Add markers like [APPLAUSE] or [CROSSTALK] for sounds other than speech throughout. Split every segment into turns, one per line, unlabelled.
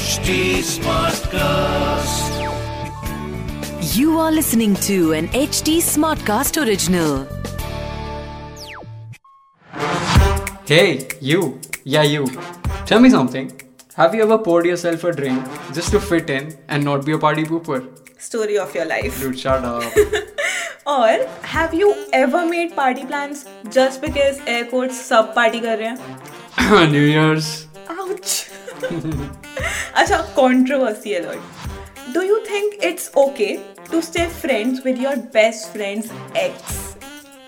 HD Smartcast.
You are listening to an HD Smartcast original.
Hey, you. Yeah, you. Tell me something. Have you ever poured yourself a drink just to fit in and not be a party pooper?
story of your life?
Dude, shut up. [LAUGHS]
और have you ever made party plans just because airport सब party कर रहे हैं
New Year's.
[LAUGHS] Ouch अच्छा controversy alert do you think it's okay to stay friends with your best friend's ex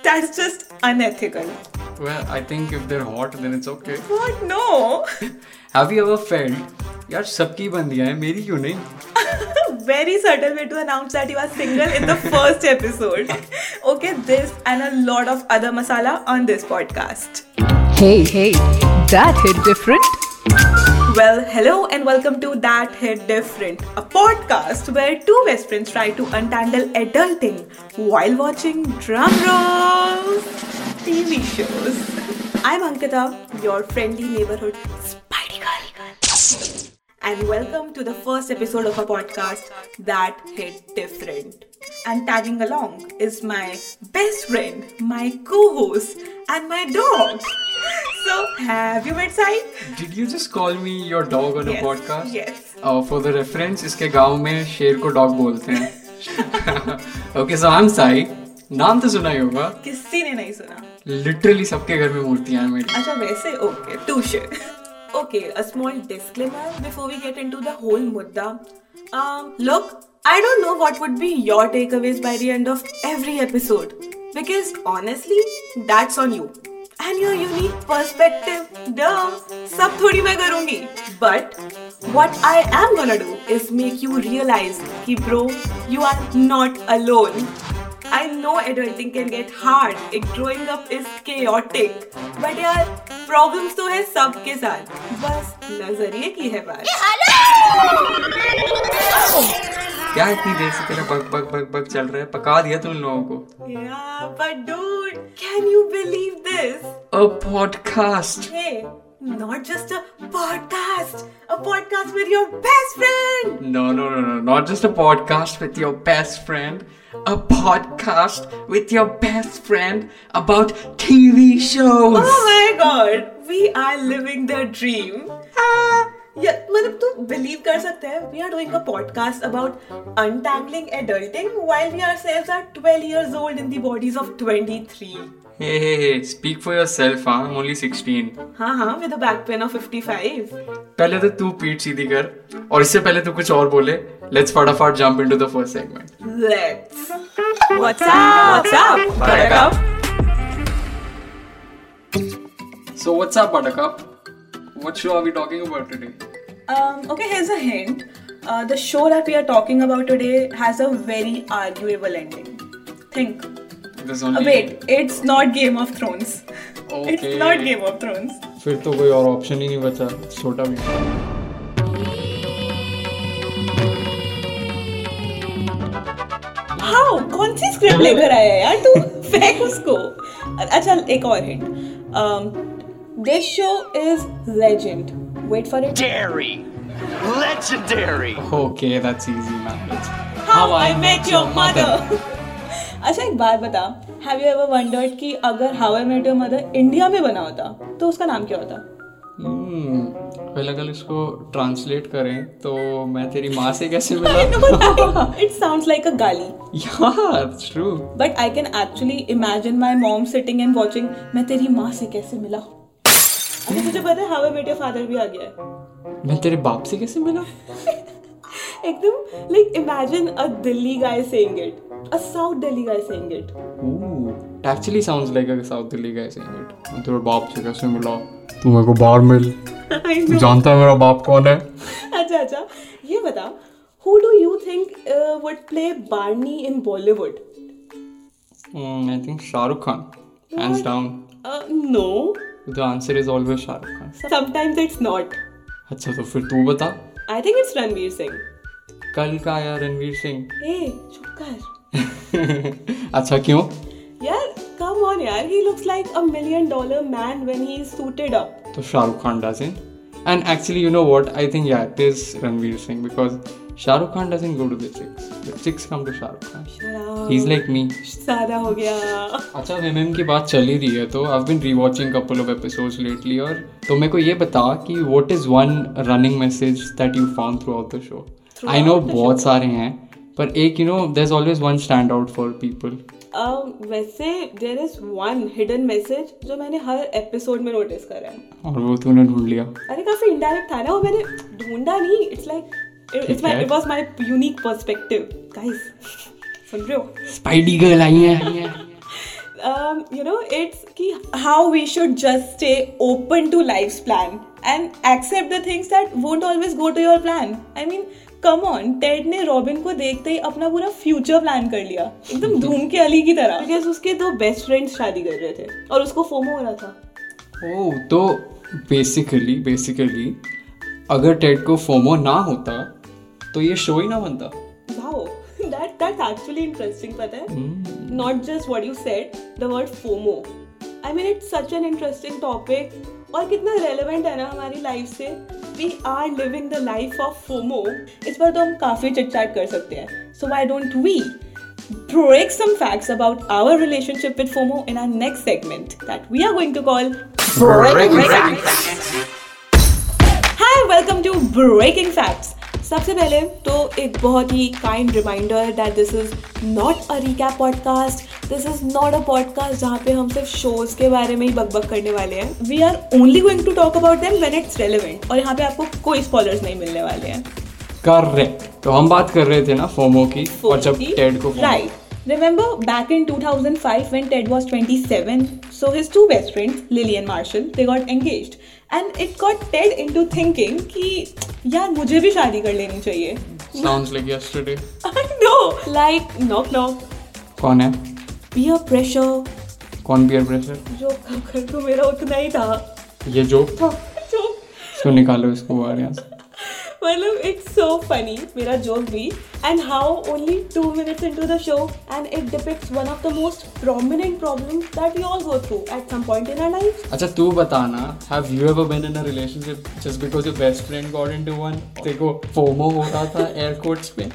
that's just unethical
Well, I think if they're hot, then it's okay.
What no
Have you ever felt, यार सबकी बंदी है मेरी क्यों नहीं?
[LAUGHS] very subtle way to announce that you are single in the first episode. Okay, this and a lot of other masala on this podcast.
Hey, hey, that hit different.
Well, hello and welcome to That Hit Different, a podcast where two best friends try to untangle adulting while watching drum rolls, TV shows. I'm Ankita, your friendly neighborhood Spidey Girl. And welcome to the first episode of a podcast that hit different. And tagging along is my best friend, my co-host, and my dog. So, have you met Sai?
Did you just call me your dog on a
Yes,
podcast?
yes.
Uh, for the reference, इसके गांव में शेर को dog बोलते हैं. [LAUGHS] okay, so I'm Sai. नाम तो सुना ही होगा.
किसी ने नहीं सुना
Literally सबके घर में मूर्तियां हैं मेरी.
अच्छा वैसे okay touché okay a small disclaimer before we get into the whole मुद्दा Um, look I don't know what would be your takeaways by the end of every episode because honestly that's on you and your unique perspective डम सब थोड़ी मैं करूंगी but what i am gonna do is make you realize कि bro you are not alone I know adulting can get hard. It, growing up is chaotic. But यार problems तो है सबके साथ. बस नजरिए की है बात.
क्या इतनी देर से तेरा बग बग बग बग चल रहा है पका दिया तुम लोगों को
Yeah, but dude, can you believe this?
A podcast
Hey, not just a podcast. A podcast with your best friend.
No no no no not just a podcast with your best friend a podcast with your best friend about TV
Oh
shows
my god, we are living the dream. Ah, yeah, मतलब तू believe कर सकता है we are doing a podcast about untangling adulting while we ourselves are 12 years old in the bodies of 23
hey hey hey speak for yourself हां I am only 16
हाँ हाँ with a back pain of 55
पहले तो तू पीठ सीधी कर और इससे पहले तू कुछ और बोले लेट्स फटाफट jump into the first segment
let's what's up what's up buttercup
so what's up buttercup what show are we talking about today
Um, okay, here's a hint. Uh, the show that we are talking about today has a very arguable ending. Think.
This
Uh,
only
Wait, it's not Game of Thrones.
Okay.
It's not Game of Thrones.
फिर तो कोई और option ही नहीं बचा छोटा भी
हाँ कौन सी स्क्रिप्ट लेकर आया है यार तू फेंक उसको अच्छा एक और Um, hint this show is legend wait for it
Dairy. Legendary.
Okay, that's easy, man. That's...
how I met your mother [LAUGHS] अच्छा एक बात बता हैव यू एवर वंडर्ड कि अगर how I met your mother India में बना होता तो उसका नाम क्या होता [LAUGHS]
Hmm. पहले अगर इसको ट्रांसलेट करें तो मैं तेरी माँ से कैसे मिला
इट साउंड्स लाइक अ गाली
यार true
but I can actually imagine my mom sitting and watching मैं तेरी माँ से कैसे मिला अच्छा तुझे पता है how I met your father भी आ गया है
मैं तेरे बाप से कैसे मिला
एकदम like imagine a Delhi guy saying it a South Delhi guy saying it
Ooh, it actually sounds like a South Delhi guy saying it. मैं तेरे बाप से कैसे मिला तू मेरे को बाहर मिल तू जानता है मेरा बाप कौन है
अच्छा अच्छा ये बता who do you think would play Barney in Bollywood
I think Shahrukh Khan hands down
no
the answer is always Shahrukh Khan
sometimes it's not
अच्छा तो फिर तू बता
I think it's Ranveer Singh
कल का आया रणवीर सिंह
ए चुप कर
[LAUGHS] अच्छा क्यों
यार कम ऑन यार he looks like a million dollar man when he is suited up
तो Shahrukh Khan doesn't And actually, you know what? I think yeah, it is Ranveer Singh because Shah Rukh Khan doesn't go to the chicks. The chicks come to Shah Rukh Khan. He's like me.
सारा हो गया
अच्छा वेमेम की बात चल ही रही है तो I been rewatching couple of episodes lately और तो मेरे को ये बता कि what is one running message that you found throughout the show I know बहुत सारे हैं पर एक you know there is always one stand out for people
Um, वैसे there is one hidden message जो मैंने हर एपिसोड में नोटिस करा है
और वो तूने ढूंढ लिया
अरे काफी इंडायरेक्ट था ना वो मैंने ढूंढा नहीं इट्स लाइक इट्स माय
है।
It was my unique perspective guys सुन रहे हो
स्पाइडी गर्ल आई है
um, you know, it's ki how we should just stay open to life's plan and accept the things that won't always go to your plan. I mean, come on Ted ने Robin को देखते ही अपना पूरा future plan कर लिया एकदम धूम के अली की तरह बिकॉज उसके दो बेस्ट फ्रेंड्स शादी कर रहे थे और उसको फोमो हो रहा था
ओह तो बेसिकली बेसिकली अगर टेड को फोमो ना होता तो ये शो ही ना बनता
wow [LAUGHS] that that's actually interesting पता है not just what you said the word FOMO I mean it's such an interesting topic और कितना रेलेवेंट है ना हमारी लाइफ से we are living the life of FOMO इस पर तो हम काफ़ी चिटचैट कर सकते हैं so why don't we break some facts about our relationship with fomo in our next segment that we are going to call hi welcome to breaking facts सबसे पहले तो एक बहुत ही kind reminder that this is not a recap podcast this is not a podcast जहाँ पे हम सिर्फ शोज के बारे में ही बकबक करने वाले हैं we are only going to talk about them when it's relevant और यहाँ पे आपको कोई स्पॉलर्स नहीं मिलने वाले हैं
करेक्ट तो हम बात कर रहे थे ना फोमो की और जब टेड को FOMO-
Right. Remember back in 2005 when Ted was 27, so his two best friends, Lily and Marshall, they got engaged. And it got Ted into thinking कि यार मुझे भी शादी कर लेनी चाहिए [LAUGHS]
Sounds like yesterday.
No like knock knock
कौन है
पियर प्रेशर
कौन पियर प्रेशर
जो कम कर तो मेरा उतना ही था हाँ,
ये जोक था
जो
इसको निकालो इसको बाहर यहाँ से
मतलब इट्स सो फनी मेरा जोक भी and how only two minutes into the show and it depicts one of the most prominent problems that we all go through at some point in our
[LAUGHS]
life
अच्छा तू बताना have you ever been in a relationship just because your best friend got into one देखो FOMO हो रहा था एयरकोर्ट्स पे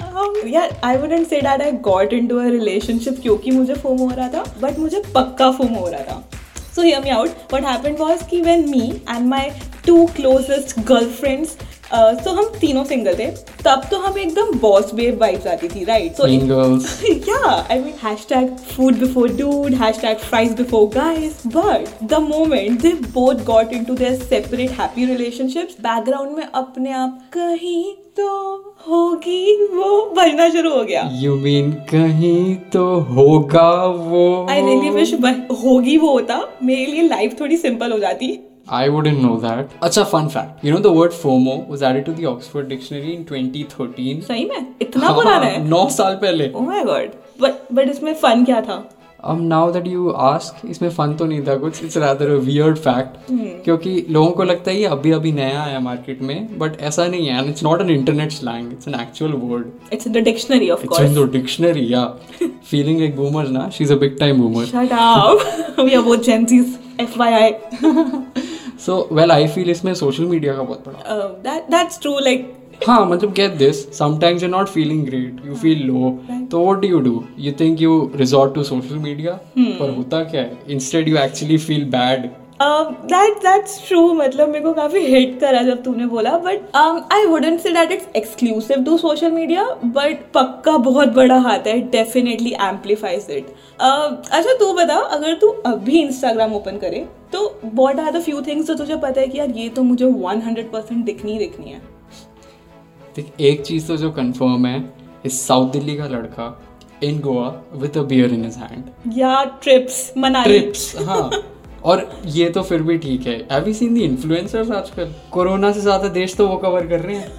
Um, yeah, I wouldn't say that I got into a relationship क्योंकि मुझे फोम हो रहा था बट मुझे पक्का फोम हो रहा था so hear me out what happened was कि when me and my two closest girlfriends so uh, हम तीनों सिंगल थे तब तो हमें एकदम बॉस बेब वाइब्स आती थी right so
mean Girls
[LAUGHS] yeah, I mean, hashtag food before dude, hashtag fries before guys. But the moment they both got into their separate happy relationships, background में अपने आप कहीं तो होगी वो बजना शुरू हो गया
यू मीन कहीं तो होगा वो
आई रियली विश होगी वो होता मेरे लिए लाइफ थोड़ी सिंपल हो जाती
I wouldn't know that. Acha, fun fact. You know the word FOMO was added to the Oxford Dictionary in 2013.
सही में इतना
हाँ।
पुराना है Oh
नौ साल पहले Um,
oh my god but but इसमें फन क्या था
अब नाउ दैट यू आस्क इसमें फन तो नहीं था कुछ it's rather a weird fact क्योंकि लोगों को लगता है ये अभी अभी नया आया मार्केट में बट ऐसा नहीं है and it's not an internet slang it's an actual word
it's the dictionary of
it's in
course
the dictionary या फीलिंग लाइक बूमर्स ना she is a big time boomer
shut [LAUGHS] up we are both Gen Zs FYI [LAUGHS]
so well I feel इसमें social media का बहुत बड़ा
Uh, that that's true. Like
हाँ मतलब get this sometimes you not feeling great you feel low तो what do you do you think you resort to social media पर होता क्या है instead you actually feel bad
that that's true मतलब मेरे को काफी हिट करा जब तूने बोला um, but I wouldn't say that it's exclusive to social media but पक्का बहुत बड़ा हाथ है डेफिनेटली एम्पलीफाइज इट अच्छा तू बता अगर तू अभी इंस्टाग्राम ओपन करे तो what are the few things जो तुझे पता है कि यार ये तो मुझे 100% दिखनी ही दिखनी है
देख एक चीज़ तो जो कंफर्म है इस साउथ दिल्ली का लड़का in Goa with a beer in his hand
या ट्रिप्स मनाली
ट्रिप्स हाँ और ये तो फिर भी ठीक है have you seen the influencers आजकल कोरोना से ज़्यादा देश तो वो कवर कर रहे हैं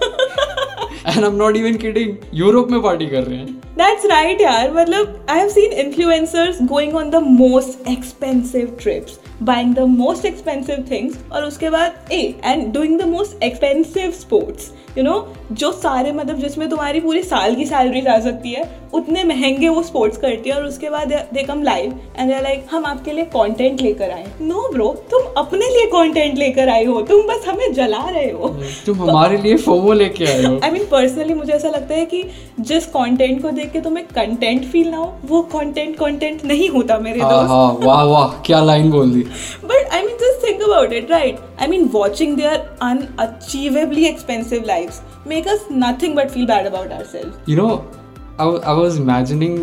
and I am not even kidding Europe में पार्टी कर रहे हैं
That's right, yaar. मतलब I have seen influencers going on the most expensive trips. buying the most expensive things और उसके बाद a and doing the most expensive sports you know जो सारे मतलब जिसमें तुम्हारी पूरे साल की सैलरीज आ सकती है उतने महंगे वो स्पोर्ट्स करती है और उसके बाद they come live and they like हम आपके लिए कंटेंट लेकर आए नो ब्रो तुम अपने लिए कंटेंट लेकर आए हो तुम बस हमें जला रहे हो
तुम हमारे लिए फोमो लेके आए हो
आई मीन पर्सनली मुझे ऐसा लगता है कि जिस कंटेंट को देख के तुम्हें कंटेंट फील ना हो वो कंटेंट कंटेंट नहीं होता मेरे
हाँ
दोस्त
हाँ वाह वाह क्या लाइन बोल दी
but I mean just think about it right I mean watching their unachievably expensive lives make us nothing but feel bad about ourselves
You know, I, wa- I was imagining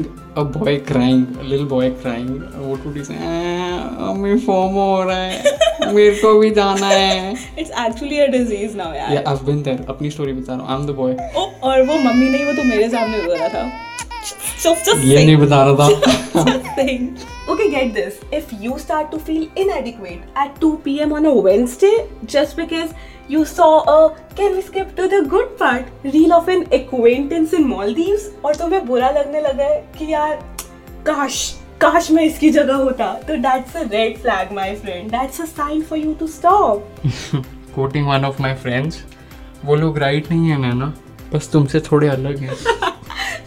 a boy crying, a little boy crying. What would he say? "Ah, मैं FOMO हो रहा है मेरे को भी जाना है [LAUGHS]
it's actually a disease now यार
yeah i've been there अपनी स्टोरी बता रहा हूँ i'm the boy
ओ और वो मम्मी नहीं वो तो मेरे सामने रो रहा था सो जस्ट
ये नहीं बता रहा था
[LAUGHS]
thing
Okay, get this. If you start to feel inadequate at 2 pm on a Wednesday just because you saw a can we skip to the good part reel of an acquaintance in Maldives और तुम्हें बुरा लगने लगा है कि यार काश काश मैं इसकी जगह होता तो that's a red flag my friend that's a sign for you to stop
quoting one of my friends वो लोग राइट नहीं है नैना बस तुमसे थोड़े अलग हैं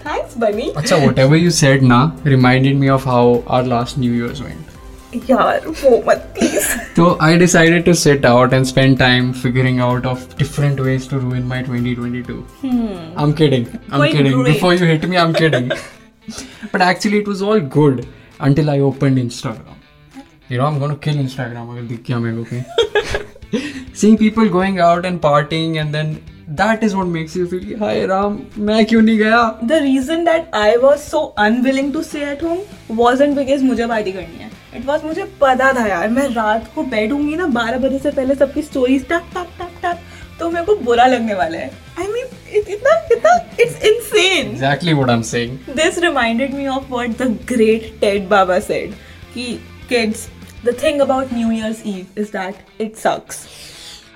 thanks bunny
अच्छा वट एवर यू सेड ना reminded me of how our last New Year's went
यार वो मत please
So I decided to sit out and spend time figuring out of different ways to ruin my 2022. I'm kidding. I'm
Hmm. Quite
kidding.
great.
Before you hit me, I'm
[LAUGHS]
kidding. but actually, it was all good until I opened Instagram. You know, I'm gonna kill Instagram. अगर दिख गया मेरे को कहीं.
[LAUGHS]
Seeing people going out and partying and then that is what makes you feel hi Ram मैं क्यों नहीं गया
the reason that I was so unwilling to stay at home wasn't because मुझे पार्टी करनी है इट वॉज मुझे पता था यार मैं रात को बेड होंगी ना बारह बजे से पहले सबकी स्टोरीज टक टक टक टक तो मेरे को बुरा लगने वाला है आई मीन इतना इतना it's insane
Exactly what I'm saying.
this reminded me of what the great Ted Baba said. Ki, kids, the thing about New Year's Eve is that it sucks.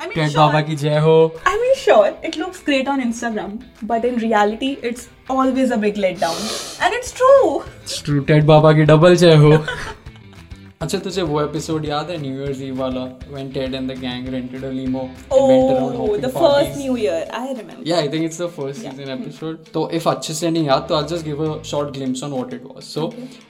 I mean,
Ted
sure,
Baba की जय हो.
I mean, sure, it looks great on Instagram, but in reality, it's always a big letdown. And it's true.
True Ted बाबा की double जय हो अच्छा तुझे वो episode याद है न्यू ईयर्स ईव वाला when Ted and the gang rented a limo
Oh, the first New Year. I remember.
Yeah, I think it's the first season episode. So if अच्छे से नहीं याद तो I'll just give a short glimpse on what it was. So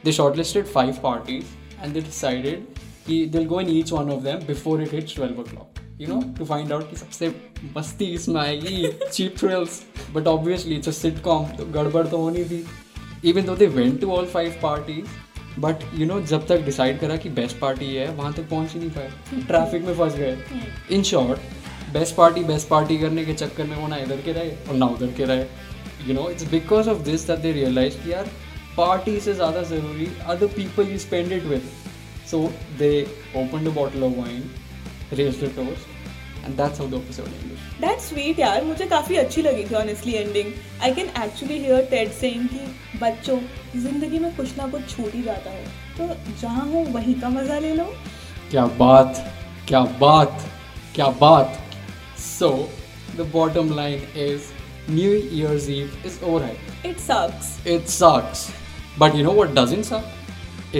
they shortlisted five parties and they decided कि they'll go in each one of them before it hits 12 o'clock. You know, to find out कि सबसे मस्ती इसमें आएगी cheap thrills. But obviously it's a sitcom तो गड़बड़ तो होनी थी. Even though they went to all five parties, but you know जब तक डिसाइड करा कि बेस्ट पार्टी ये है वहां तक पहुंच ही नहीं पाए ट्रैफिक में फंस गए in short best party best party करने के चक्कर में वो ना इधर के रहे और ना उधर के रहे you know it's because of this that they realise कि यार पार्टी से ज़्यादा ज़रूरी other people you spend it with so they open a bottle of wine raise the toast and that's how the episode ended
That's sweet यार मुझे काफ़ी अच्छी लगी थी honestly ending I can actually hear Ted saying कि बच्चों जिंदगी में कुछ ना कुछ छूट ही जाता है तो जहाँ हो वहीं का मज़ा ले लो
क्या बात क्या बात क्या बात so the bottom line is new years ewe is overhype
it sucks
it sucks but you know what doesn't suck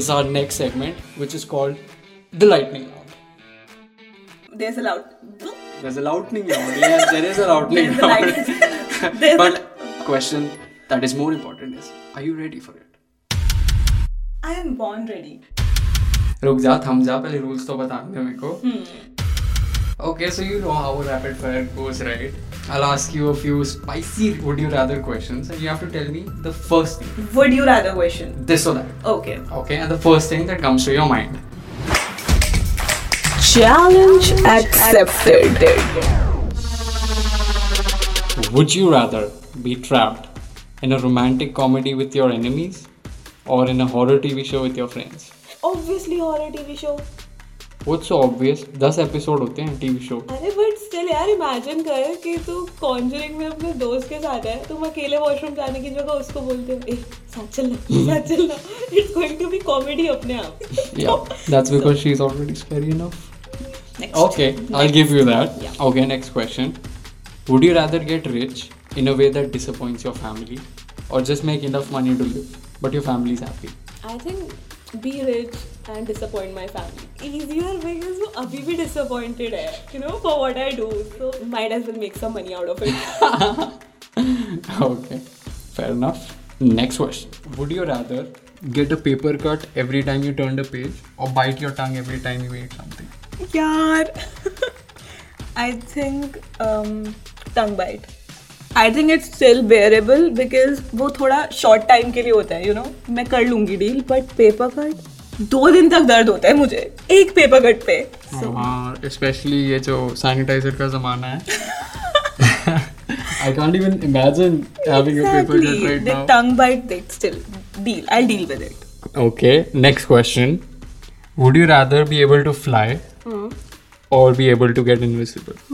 is our next segment which is called the lightning round
there is allowed
there is a lightning round yes there is a lightning
There's a lightning- [LAUGHS] there's a-
round but question that is more important is are you ready for it
I am born ready
रुक जा थम जा पहले rules तो बताने दे मेरे को Okay, so you know how a rapid fire goes, right? I'll ask you a few spicy would you rather questions, and you have to tell me the first thing,
would you rather question
this or that.
Okay
Okay, and the first thing that comes to your mind.
Challenge accepted
Would you rather be trapped in a romantic comedy with your enemies or in a horror TV show with your friends?
Obviously horror TV show
What's so obvious? 10 episode होते हैं TV show.
अरे but still यार imagine कर कि तू Conjuring में अपने दोस्त के साथ है तुम अकेले वॉशरूम जाने की जगह उसको बोलते हो ए साथ चलना साथ चलना it's going to be comedy अपने आप
हम्म।
तो
Yeah, that's because she's already scary enough.
Next.
Okay, I'll give you that. Okay, next question. Would you rather get rich in a way that disappoints your family or just make enough money to live but your family's happy? [LAUGHS]
I think be rich and disappoint my family easier way is वो अभी भी disappointed है you know for what I do so might as well make some money out of it
okay, fair enough. Next question. Would you rather get a paper cut every time you turned a page or bite your tongue every time you ate something?
यार [LAUGHS] I think um, tongue bite I think it's still bearable because वो थोड़ा short time के लिए होता है you you know know? मैं कर लूंगी डील बट पेपर कट दो दिन तक दर्द होता है मुझे एक पेपर कट पे [LAUGHS]
हाँ स्पेशली uh, ये जो सैनिटाइजर का ज़माना है [LAUGHS] I can't even imagine having a paper cut
Exactly.
right
The
now.
tongue bite, they still deal. I'll deal with it.
Okay, next question. Would you rather be able to fly or be able to get invisible?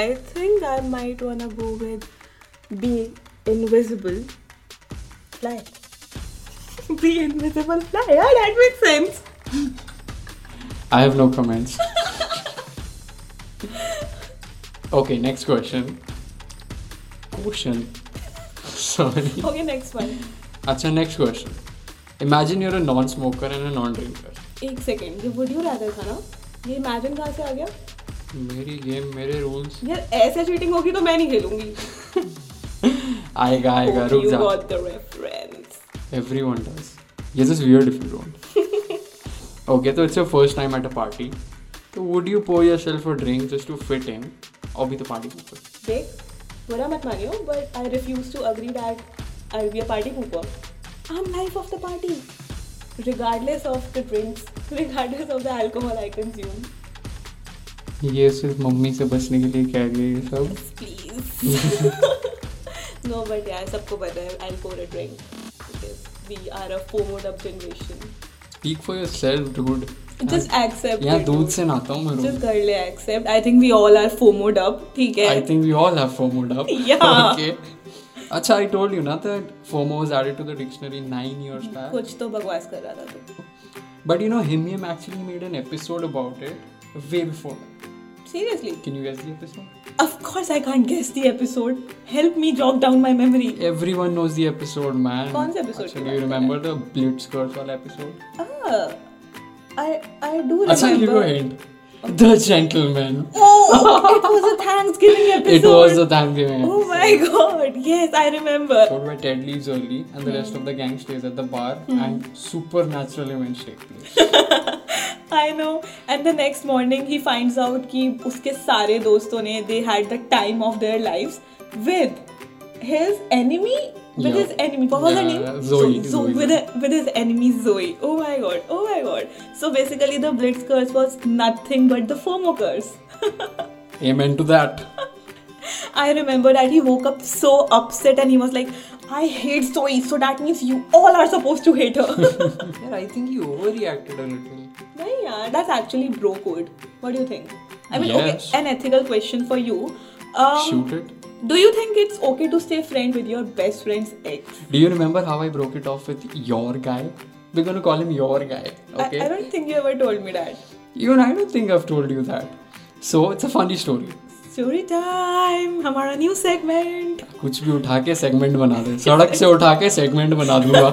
I think I might wanna go with be invisible, fly. [LAUGHS] be invisible, fly. Yeah, that makes sense.
I have no comments. okay, next question. Question. Sorry.
Okay, next one.
अच्छा next question. Imagine you're a non-smoker and a non-drinker.
एक second ये would you rather था ना ये imagine कहाँ से आ गया
मेरी गेम मेरे रूल्स
यार ऐसे चीटिंग होगी तो मैं नहीं खेलूंगी Oh,
आएगा आएगा रुक
You
जा
got the reference.
Everyone does. Yes, it's weird if you don't.
[LAUGHS]
okay, so it's your first time at a party. So would you pour yourself a drink just to fit in or be the party pooper?
देख बुरा मत मानियो but I refuse to agree that I be a party cooper I am life of the party regardless of the [LAUGHS] drinks regardless of the alcohol I consume
ये सिर्फ mummy से बचने के लिए कह गई ये सब
[LAUGHS] प्लीज नो बट यार सबको पता है I pour a drink we are a FOMO'd up generation
Speak for yourself, dude.
Just accept
हाँ, यहाँ दूध से नहाता हूँ मैं
जस्ट
रोज
कर ले except I think we all are FOMO'd up ठीक है
I think we all have FOMO'd up
[LAUGHS] Yeah.
Okay अच्छा आई टोल्ड यू ना that FOMO was added to the dictionary 9 years back
कुछ तो बकवास कर रहा था तू
but you know HIMYM actually made an episode about it way before
seriously
can you guess the episode
Of course, I can't guess the episode. Help me jog down my memory.
Everyone knows the episode man
कौन से episode की
do you
बात कर
remember the ब्लिट्जकर्स वाला episode
Ah, I I do
अच्छा give
remember.
A hint the gentleman
Oh, it was a Thanksgiving episode.
It was the Thanksgiving
Oh my God! Yes, I remember.
episode where Ted leaves early and the rest of the gang stays at the bar
Mm-hmm.
and supernatural events take place.
I know. And the next morning, he finds out कि उसके सारे दोस्तों ने they had the time of their lives with his enemy. With
Yeah.
his enemy, what was her
Yeah,
name?
Zoe,
So,
Zoe.
with, a, with his enemy Zoe. Oh my god. Oh my god. So basically, the Blitz curse was nothing but the FOMO curse. [LAUGHS]
Amen to that.
I remember that he woke up so upset and he was like, I hate Zoe, so that means you all are supposed to hate her. [LAUGHS]
Yeah, I think you overreacted a little.
Nahi yaar, that's actually bro code. What do you think? I mean,
Yes.
okay, an ethical question for you. Um,
Shoot it.
Do you think it's okay to stay friend with your best friend's ex?
Do you remember how I broke it off with your guy? We're gonna call him your guy,
I-
okay?
I, don't think you ever told me that.
Even I don't think I've told you that. So it's a funny story.
Story time! Hamara new segment!
कुछ भी उठा के segment बना दे सड़क से उठा के segment बना
[LAUGHS]
दूंगा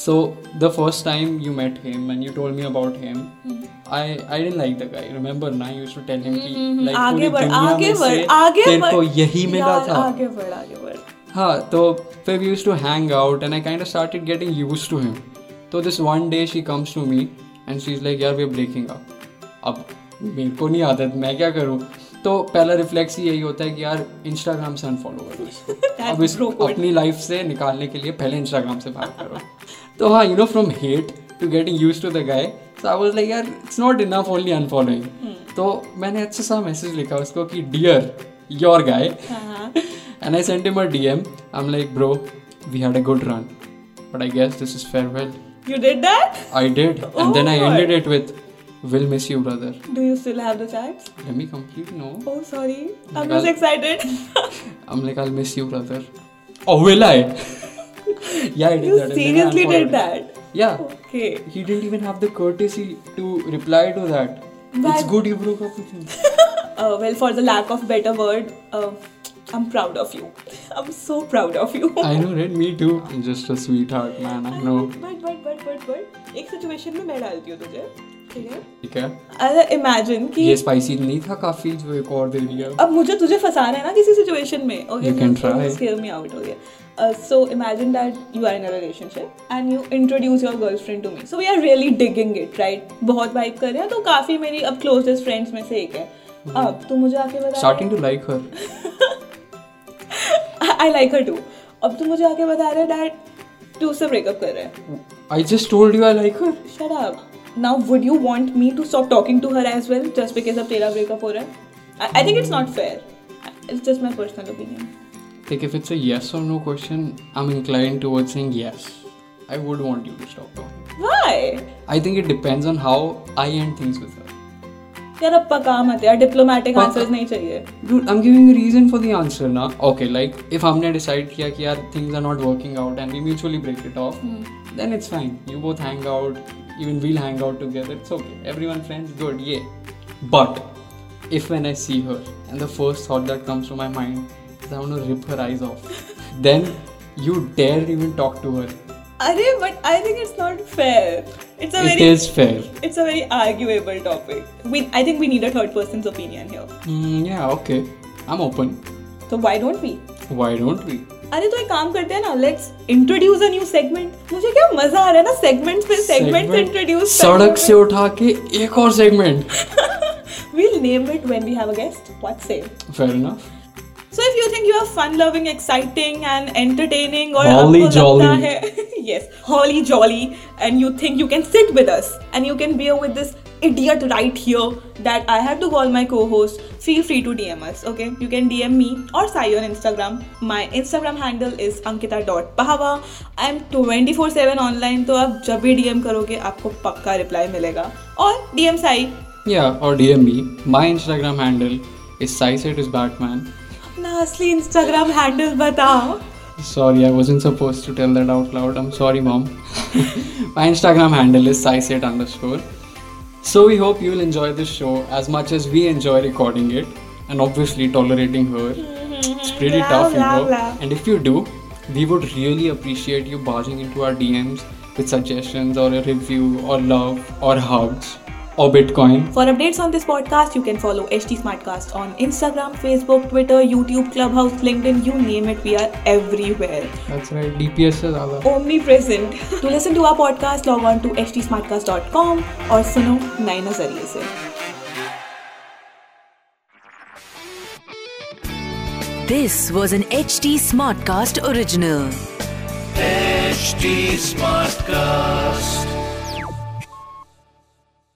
so the first time you met him and you told me about him
hmm.
I I didn't like the guy remember ना यू टू टेल हिम कि लाइक पूरी
हम्म, आगे बढ़
दुनिया
आगे
में से
बढ़ आगे
तेरे
बढ़
को यही मिला
यार,
था
आगे बढ़ आगे बढ़
हाँ तो फिर we use to hang out and I kind of started getting use to him तो this one day she comes to me and she is like यार वी ब्रेकिंग अप अब मेरे को नहीं आदत मैं क्या करूँ तो पहला रिफ्लेक्स ही यही होता है कि यार इंस्टाग्राम से अनफॉलो करो इसको। अब
That's
इसको
bro code.
अपनी लाइफ से निकालने के लिए पहले इंस्टाग्राम से बात करो तो हाँ you know from hate to getting use to the guy so I was like यार it's not enough only unfollowing
hmm.
तो मैंने अच्छा सा मैसेज लिखा उसको कि डियर योर गाय
हाँ।
And I sent him a DM I am like bro we had a good run but I guess this is farewell
You did that?
I did and then I
Oh.
Ended it with will miss you brother
Do you still have the chats?
Let me complete no
Oh, sorry. I'm
Well-
just
[LAUGHS]
excited.
I'm like, I'll miss you, brother. Oh, will I? [LAUGHS] yeah, I did
you
that. and then I
seriously
unfollowed
did that?
him. Yeah.
Okay.
He didn't even have the courtesy to reply to that.
That- [LAUGHS]
It's good you broke up with him.
Uh, well, for the lack of better word, uh, I am proud of you I am so proud of you [LAUGHS]
I know, right? Me too. I'm just a sweetheart, man. I know.
But but but but but एक situation में मैं डालती हूँ तुझे ठीक है
ठीक है
अरे इमेजिन कि
ये स्पाइसी नहीं था काफी जो एक और दे दिया
अब मुझे तुझे फंसाना है ना किसी सिचुएशन में okay
You can try.
Scare me out हो गया so imagine that you are in a relationship and you introduce your girlfriend to me so we are really digging it right बहुत वाइब कर रहे हैं तो काफी मेरी अब क्लोजेस्ट फ्रेंड्स में से एक है अब तू मुझे आके बता
Mm-hmm. Starting to like her.
I like her too अब तू मुझे आके बता रहे डैट तू उससे ब्रेकअप कर रहे हैं
I just told you I like her.
Shut up now would you want me to stop talking to her as well just because अब तेरा ब्रेकअप हो रहा है I think it's not fair it's just my personal opinion
Like if it's a yes or no question, I'm inclined towards saying yes. I would want you to stop talking.
Why?
I think it depends on how I end things with her.
यार अब पका मत यार diplomatic
पका-
answers नहीं चाहिए
Dude, I'm giving you reason for the answer na. Okay, like if हमने decide किया कि यार things are not working out and we mutually break it off, then it's fine. You both hang out, even we'll hang out together. It's okay. Everyone friends, good, yeah. But if when I see her and the first thought that comes to my mind is I want to rip her eyes off, [LAUGHS] then you dare even talk to her.
अरे but I think it's not fair it's a
It
very
is fair.
It's a very arguable topic we I think we need a third person's opinion here
Mm, yeah, okay. I'm open.
तो why don't we
Why don't we?
अरे तो एक काम करते हैं ना let's introduce a new segment मुझे क्या मजा आ रहा है ना सेगमेंट्स पे सेगमेंट्स
Segment-
इंट्रोड्यूस
सड़क से उठा के एक और segment [LAUGHS]
we'll name it when we have a guest what's say
fair enough
So if you think you are fun loving, exciting and entertaining or
Holly
आपको लगता
jolly.
है- [LAUGHS] yes, holly jolly and you think you can sit with us and you can bear with this idiot right here that I had to call my co-host, feel free to DM us, okay? You can DM me or Sai on Instagram. My Instagram handle is ankita.pahava. I am 24/7 online तो आप जब भी DM करोगे आपको पक्का reply मिलेगा और DM Sai
या और DM me my Instagram handle is साइसेट is Batman
अपना असली Instagram handle बताओ
sorry I wasn't supposed to tell that out loud I am sorry [LAUGHS] mom my Instagram handle is साइसेट underscore So we hope you'll enjoy this show as much as we enjoy recording it and obviously tolerating her. It's pretty
Blah,
tough,
blah,
you know.
blah.
And if you do, we would really appreciate you barging into our DMs with suggestions or a review or love or hugs or Bitcoin.
For updates on this podcast, you can follow HT Smartcast on Instagram, Facebook, Twitter, YouTube, Clubhouse, LinkedIn, you name it, we are everywhere.
That's right, DPS is all
Omnipresent. [LAUGHS] to listen to our podcast, log on to htsmartcast.com or suno Naina Zariye se.
This was an HD Smartcast original.
HD Smartcast.